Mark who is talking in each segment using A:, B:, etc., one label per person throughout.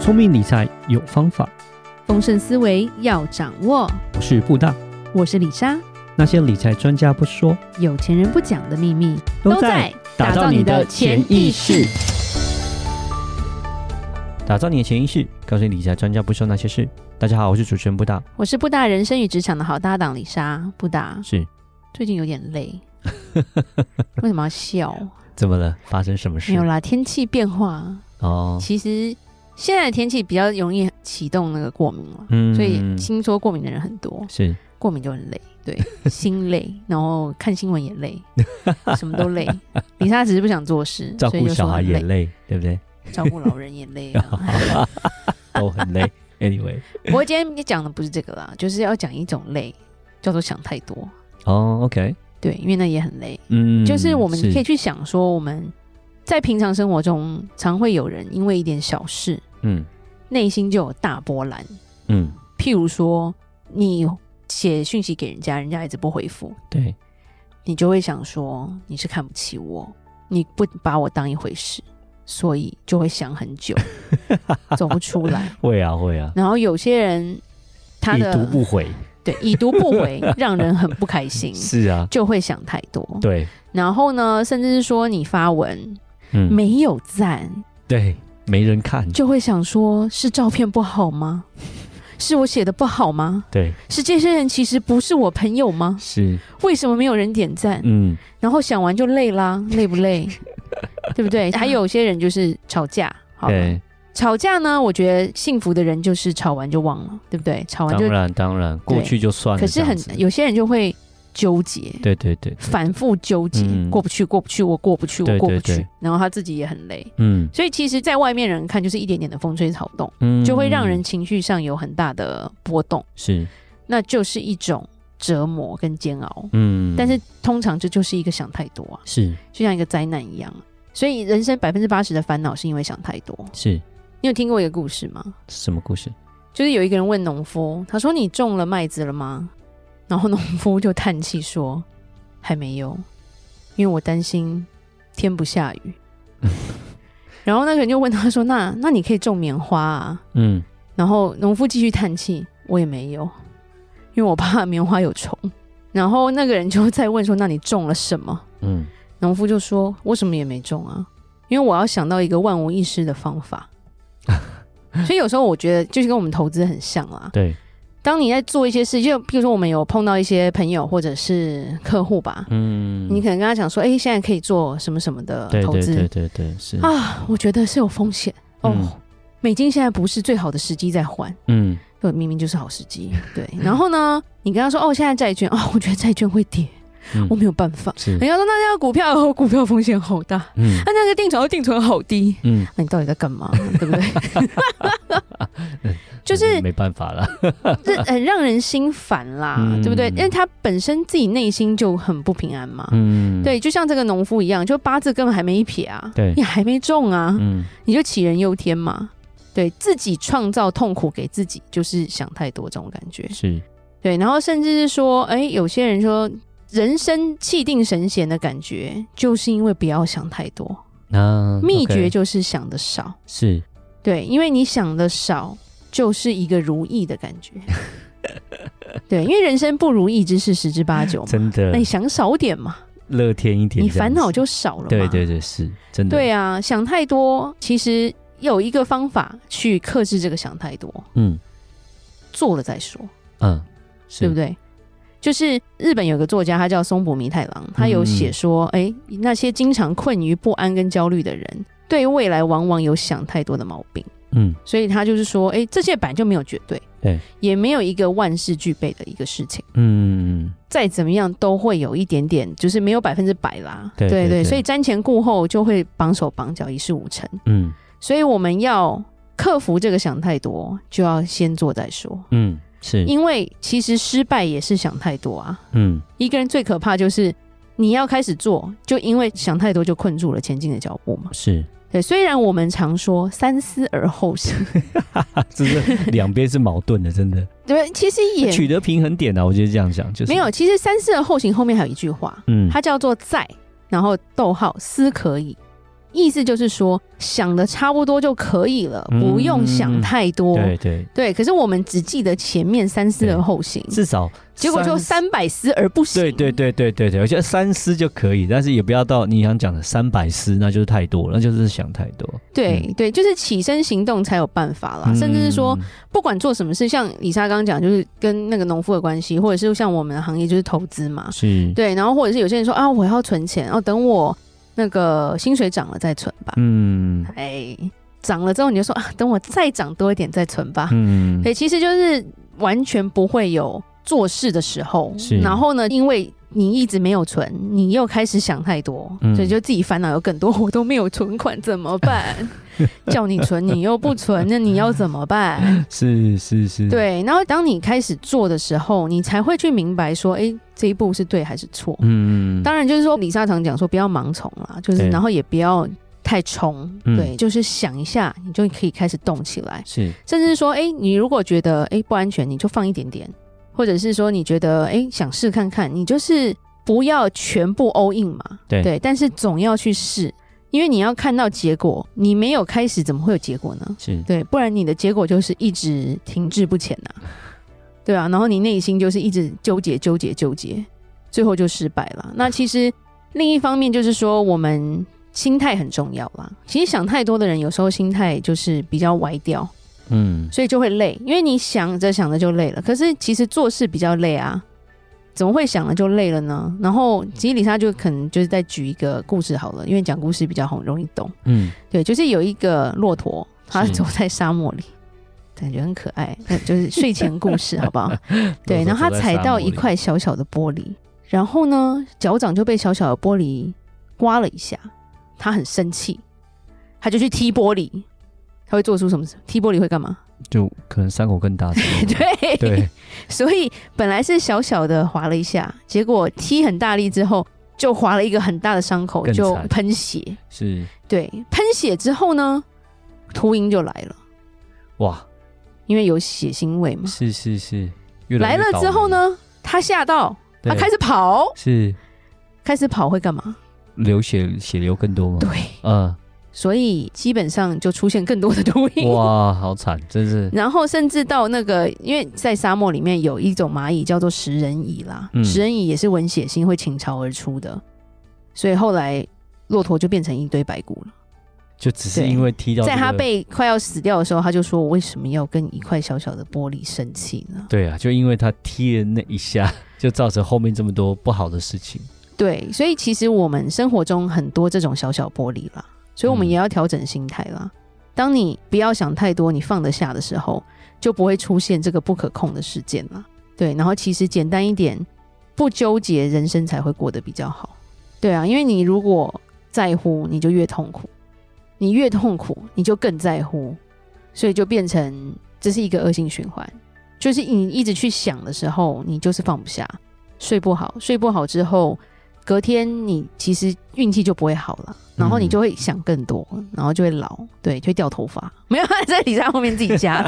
A: 聪明理财有方法，
B: 丰盛思维要掌握。
A: 我是布大。
B: 我是李莎，
A: 那些理财专家不说，
B: 有钱人不讲的秘密
A: 打造你的潜意识。。打造你的潜意识，告诉你理财专家不说那些事。大家好，我是主持人布大。
B: 我是布达人生与职场的好搭档李莎。布达
A: 是，
B: 最近有点 累，为什么要笑？
A: 怎么了？发生什么事
B: 没有？啦，天气变化，
A: 哦，
B: 其实现在的天气比较容易启动那个过敏了，
A: 嗯
B: 所以听说过敏的人很多，
A: 是
B: 过敏就很累， 对，心累，然后看新闻也累，什么都累。李莎只是不想做事，
A: 照
B: 所以
A: 顾
B: 就
A: 小
B: 说
A: 孩
B: 很
A: 也
B: 累，
A: 累，对不对？
B: 照顾老人也累 啊。
A: 都很 累。Anyway，
B: 不过今天你讲的不是这个啦，就是要讲一种累，叫做想太多。
A: 哦，OK，
B: 对，因为那也很累。
A: 嗯，
B: 就是我们可以，去想说，我们在平常生活中，常会有人因为一点小事，
A: 嗯
B: 内心就有大波澜。
A: 嗯，
B: 譬如说，你写讯息给人家，人家一直不回复，
A: 对，
B: 你就会想说你是看不起我，你不把我当一回事，所以就会想很久，走不出 来。
A: 会啊会啊，
B: 然后有些人他
A: 已
B: 的
A: 读不回，
B: 对，已读不回，让人很不开心，
A: 是啊，
B: 就会想太多。
A: 对，
B: 然后呢，甚至是说你发文
A: 嗯，
B: 没有赞，
A: 对，没人看，
B: 就会想说是照片不好吗？ 是我写的不好吗？
A: 对，
B: 是这些人其实不是我朋友吗？
A: 是，
B: 为什么没有人点赞？
A: 嗯，
B: 然后想完就累啦，累 不累？对不对？还有些人就是吵架，好了
A: 对，
B: 吵架呢，我觉得幸福的人就是吵完就忘了，对不对？吵完
A: 当
B: 就，
A: 然当然，过去就算了，
B: 可是很
A: 这样子
B: 有些人就会纠结，
A: 对对对，
B: 反复纠结，
A: 嗯
B: 过不去，过不去，我过不去，
A: 对
B: 我过不去，
A: 对对
B: 然后他自己也很累。
A: 嗯
B: 所以其实，在外面人看，就是一点点的风吹草动，
A: 嗯，
B: 就会让人
A: 嗯
B: 情绪上有很大的波动，
A: 是，
B: 那就是一种折磨跟煎熬。
A: 嗯，
B: 但是通常这就是一个想太多啊，
A: 是
B: 就像一个灾难一样。啊所以人生百分之八十的烦恼是因为想太多。
A: 是
B: 你有听过一个故事吗？
A: 什么故事？
B: 就是有一个人问农夫，他说：“你种了麦子了吗？”然后农夫就叹气说：“还没有，因为我担心天不下雨。”然后那个人就问他说：“那那你可以种棉花啊
A: 嗯，？”
B: 然后农夫继续叹气：“我也没有，因为我怕棉花有虫。”然后那个人就再问说：“那你种了什么
A: 嗯，？”
B: 农夫就说：“我什么也没种啊，因为我要想到一个万无一失的方法。”所以有时候我觉得就是跟我们投资很像啦，
A: 对，
B: 当你在做一些事，就比如说我们有碰到一些朋友或者是客户吧，
A: 嗯，
B: 你可能跟他讲说，哎、现在可以做什么什么的
A: 对
B: 投
A: 对
B: 资
A: 对对对是，
B: 啊，我觉得是有风险哦。
A: 嗯
B: 美金现在不是最好的时机在换，
A: 嗯，
B: 对，明明就是好时机。 对，然后呢，你跟他说，哦，现在债券，哦，我觉得债券会跌，
A: 嗯
B: 我没有办法。
A: 是
B: 人，家说，那要股票，哦股票风险好大，
A: 嗯
B: 那、那个定存，哦定存好低，
A: 嗯，
B: 那、你到底在干嘛？对 不对？ 就是
A: 没办法 了，
B: 这很让人心烦啦，
A: 嗯
B: 对不对？因为他本身自己内心就很不平安嘛。
A: 嗯，
B: 对，就像这个农夫一样，就八字根本还没一撇啊，
A: 对
B: 你还没中啊，
A: 嗯，
B: 你就杞人忧天嘛。对自己创造痛苦给自己，就是想太多这种感觉。
A: 是，
B: 对，然后甚至是说，哎，有些人说人生气定神闲的感觉，就是因为不要想太多。
A: 那嗯
B: 秘
A: OK，
B: 诀就是想的少，
A: 是
B: 对，因为你想的少，就是一个如意的感 觉。对，因为人生不如意之事十之八九嘛，
A: 真的
B: 那你想少点嘛，
A: 乐天一点，
B: 你烦恼就少了嘛。
A: 对对对是真的，
B: 对啊，想太多，其实有一个方法去克制这个想太多，
A: 嗯
B: 做了再说，
A: 嗯，是
B: 对不对？就是日本有个作家，他叫松浦弥太郎，他有
A: 嗯
B: 写说，哎、那些经常困于不安跟焦虑的人，对未来往往有想太多的毛病。
A: 嗯
B: 所以他就是说，哎、这些本来就没有绝对，
A: 对，
B: 也没有一个万事俱备的一个事情，
A: 嗯
B: 再怎么样都会有一点点，就是没有百分之百啦。
A: 对对对
B: 所以瞻前顾后就会绑手绑脚，一事无成。
A: 嗯
B: 所以我们要克服这个想太多，就要先做再说，
A: 嗯是
B: 因为其实失败也是想太多啊。
A: 嗯
B: 一个人最可怕就是你要开始做，就因为想太多就困住了前进的脚步嘛。
A: 是，
B: 对，虽然我们常说三思而后行，
A: 啊这 是两边是矛盾的，真的
B: 对，其实 也
A: 取得平衡点啊，我觉得这样讲就是
B: 没有，，其实三思而后行后面还有一句话，
A: 嗯
B: 它叫做在，然后逗号思可以，意思就是说，想的差不多就可以了，
A: 嗯
B: 不用想太多。
A: 对对，
B: 对，可是我们只记得前面三思而后行，
A: 至少
B: 结果就三百思而不行。
A: 对对对对对对，我觉得三思就可以，但是也不要到你想讲的三百思，那就是太多了，那就是想太多。
B: 对、对，就是起身行动才有办法
A: 嗯
B: 啦。啊甚至是说，不管做什么事，像李莎刚刚讲，就是跟那个农夫的关系，或者是像我们的行业就是投资嘛
A: 嗯，是，
B: 对。然后或者是有些人说啊，我要存钱，哦，等我那个薪水涨了再存吧。
A: 嗯
B: 哎，涨了之后你就说啊，等我再涨多一点再存吧。
A: 嗯，
B: 对，其实就是完全不会有做事的时候
A: 是。
B: 然后呢，因为你一直没有存，你又开始想太多，
A: 嗯
B: 所以就自己烦恼有更多。我都没有存款怎么 办？叫你存你又不存，那你要怎么
A: 嗯
B: 办？
A: 是是是，，
B: 对，然后当你开始做的时候，你才会去明白说，哎，这一步是对还是错。
A: 嗯，
B: 当然，就是说李莎常讲说，不要盲从啦，就是
A: 对
B: 然后也不要太冲，
A: 嗯
B: 对，就是想一下，你就可以开始动起来。
A: 是
B: 甚至说，哎、你如果觉得哎、诶不安全，你就放一点点，或者是说你觉得哎、诶想试看看，你就是不要全部 all in 嘛，
A: 对
B: 但是总要去试，因为你要看到结果，你没有开始怎么会有结果呢？
A: 是，
B: 对，不然你的结果就是一直停滞不前呐、对啊，然后你内心就是一直纠结、纠结、纠结，最后就失败了。那其实另一方面就是说，我们心态很重要啦。其实想太多的人，有时候心态就是比较歪掉，
A: 嗯
B: 所以就会累，因为你想着想着就累了。可是其实做事比较累啊，怎么会想了就累了呢？然后其实李莎就可能就是再举一个故事好了，因为讲故事比较好容易懂。
A: 嗯
B: 对，就是有一个骆驼，它
A: 是
B: 走在沙漠里，感觉很可爱，那就是睡前故事，好不好？
A: 骆驼
B: 对，然后它
A: 走在
B: 踩
A: 沙
B: 到
A: 漠
B: 一
A: 里
B: 块小小的玻璃，然后呢，脚掌就被小小的玻璃刮了一下，它很生气，它就去踢玻璃。它会做出什么事？踢玻璃会干嘛？
A: 就可能伤口更大之类的，
B: 对，
A: 对，
B: 所以本来是小小的划了一下，结果踢很大力之后，就划了一个很大的伤口，
A: 更
B: 就
A: 惨
B: 喷血。
A: 是
B: 对，喷血之后呢，秃鹰就来了，
A: 哇，
B: 因为有血腥味嘛。
A: 是是是，越
B: 来
A: 越
B: 了
A: 倒
B: 之后
A: 霉，
B: 呢，他吓到，他
A: 对
B: 开始跑，
A: 是
B: 开始跑会干嘛？
A: 流血血流更多吗？
B: 对，
A: 嗯，
B: 所以基本上就出现更多的秃鹰。
A: 哇，好惨，真是，
B: 然后甚至到那个，因为在沙漠里面有一种蚂蚁叫做食人蚁啦，
A: 嗯
B: 食人蚁也是闻血腥会倾巢而出的，所以后来骆驼就变成一堆白骨了。
A: 就只是
B: 对
A: 因为踢到这
B: 在
A: 个，
B: 它被快要死掉的时候，他就说：“我为什么要跟一块小小的玻璃生气呢？”
A: 对啊，就因为他踢了那一下， 就造成后面这么多不好的事情。
B: 对，所以其实我们生活中很多这种小小玻璃啦，所以我们
A: 嗯
B: 也要调整心态啦。当你不要想太多，你放得下的时候，就不会出现这个不可控的事件啦。对，然后其实简单一点，不纠结，人生才会过得比较好。对啊，因为你如果在乎，你就越痛苦，你越痛苦，你就更在乎，所以就变成这是一个恶性循环。就是你一直去想的时候，你就是放不下，睡不好，睡不好之后，隔天你其实运气就不会好了，然后你就会想更多，然后就会老，对，就会掉头发。没有，在李莎后面自己加，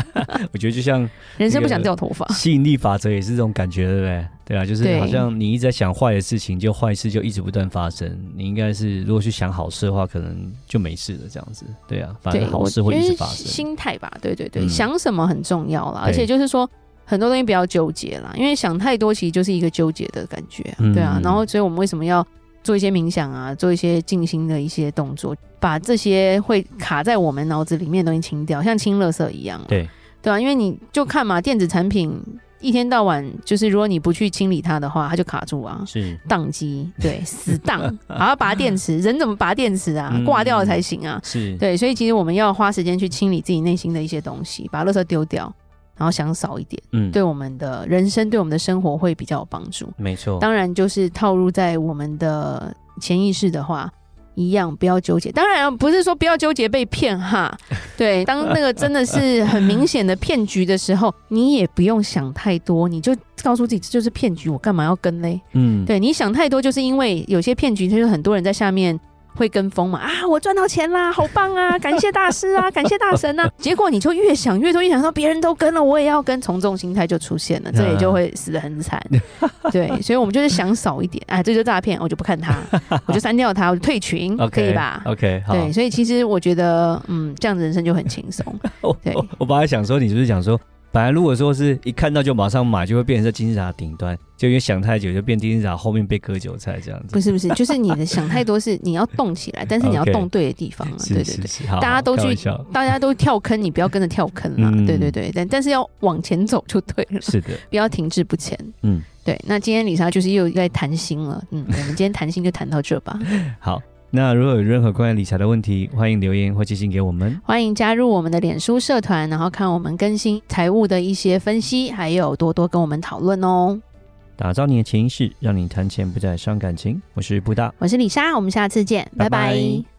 A: 我觉得就像
B: 人生不想掉头发。
A: 吸引力法则也是这种感觉，对不对？对啊，就是
B: 对
A: 好像你一直在想坏的事情，就坏事就一直不断发生。你应该是如果去想好事的话，可能就没事了，这样子。对啊，反
B: 对
A: 正，好
B: 我
A: 事会
B: 因
A: 一
B: 为
A: 直发生。
B: 心态吧，对对对，
A: 嗯
B: 想什么很重要啦，
A: 对
B: 而且就是说很多东西不要纠结啦，因为想太多其实就是一个纠结的感觉啊、
A: 嗯
B: 对啊。然后，所以我们为什么要做一些冥想啊，做一些静心的一些动作，把这些会卡在我们脑子里面的东西清掉，像清垃圾一样、啊，
A: 对，
B: 对啊，因为你就看嘛，电子产品一天到晚就是如果你不去清理它的话，它就卡住啊。
A: 是，
B: 宕机，对，死 宕，还要拔电池，人怎么拔电池啊？
A: 嗯
B: 挂掉了才行啊。
A: 是，
B: 对，所以其实我们要花时间去清理自己内心的一些东西，把垃圾丢掉，然后想少一点，
A: 嗯，
B: 对我们的人生、对我们的生活会比较有帮助。
A: 没错。
B: 当然，就是套入在我们的潜意识的话，一样不要纠结。当然，啊不是说不要纠结被骗哈，对，当那个真的是很明显的骗局的时候，你也不用想太多，你就告诉自己这就是骗局，我干嘛要跟嘞？
A: 嗯，
B: 对，你想太多，就是因为有些骗局，就是很多人在下面会跟风嘛啊，我赚到钱啦，好 棒啊，感谢大师啊，感谢大神啊。结果你就越想越多，越想到别人都跟了，我也要跟，从众心态就出现了，
A: 啊
B: 这也就会死得很惨。 对，所以我们就是想少一点，哎，这就诈骗，我就不 看他，我就删掉他，我就退群
A: OK，
B: 嗯可以吧？
A: ？OK，好。
B: 对，所以其实我觉得，嗯，这样人生就很轻松。
A: 我
B: 对
A: 我我本来想说，你是不是想说，本来如果说是一看到就马上买，就会变成在金字塔顶端，就因为想太久，就变金字塔后面被割韭菜这样子。
B: 不是不是，就是你的想太多是你要动起来，但是你要
A: OK
B: 动对的地方啊。
A: 是
B: 对对
A: 是
B: 对，
A: 是，好，
B: 大家都
A: 开玩
B: 去
A: 笑
B: 大家都跳坑，你不要跟着跳坑啦。
A: 嗯
B: 对对对，但但是要往前走就对 了，
A: 是的，
B: 不要停滞不前。
A: 嗯，
B: 对。那今天李莎就是又在谈心了，嗯，我们今天谈心就谈到这吧。
A: 好。那如果有任何关于理财的问题，欢迎留言或寄信给我们。
B: 欢迎加入我们的脸书社团，然后看我们更新财务的一些分析，还有多多跟我们讨论哦。
A: 打造你的潜意识，让你谈钱不再伤感情。我是布大。
B: 我是李莎，我们下次见，
A: 拜
B: 拜
A: 拜
B: 拜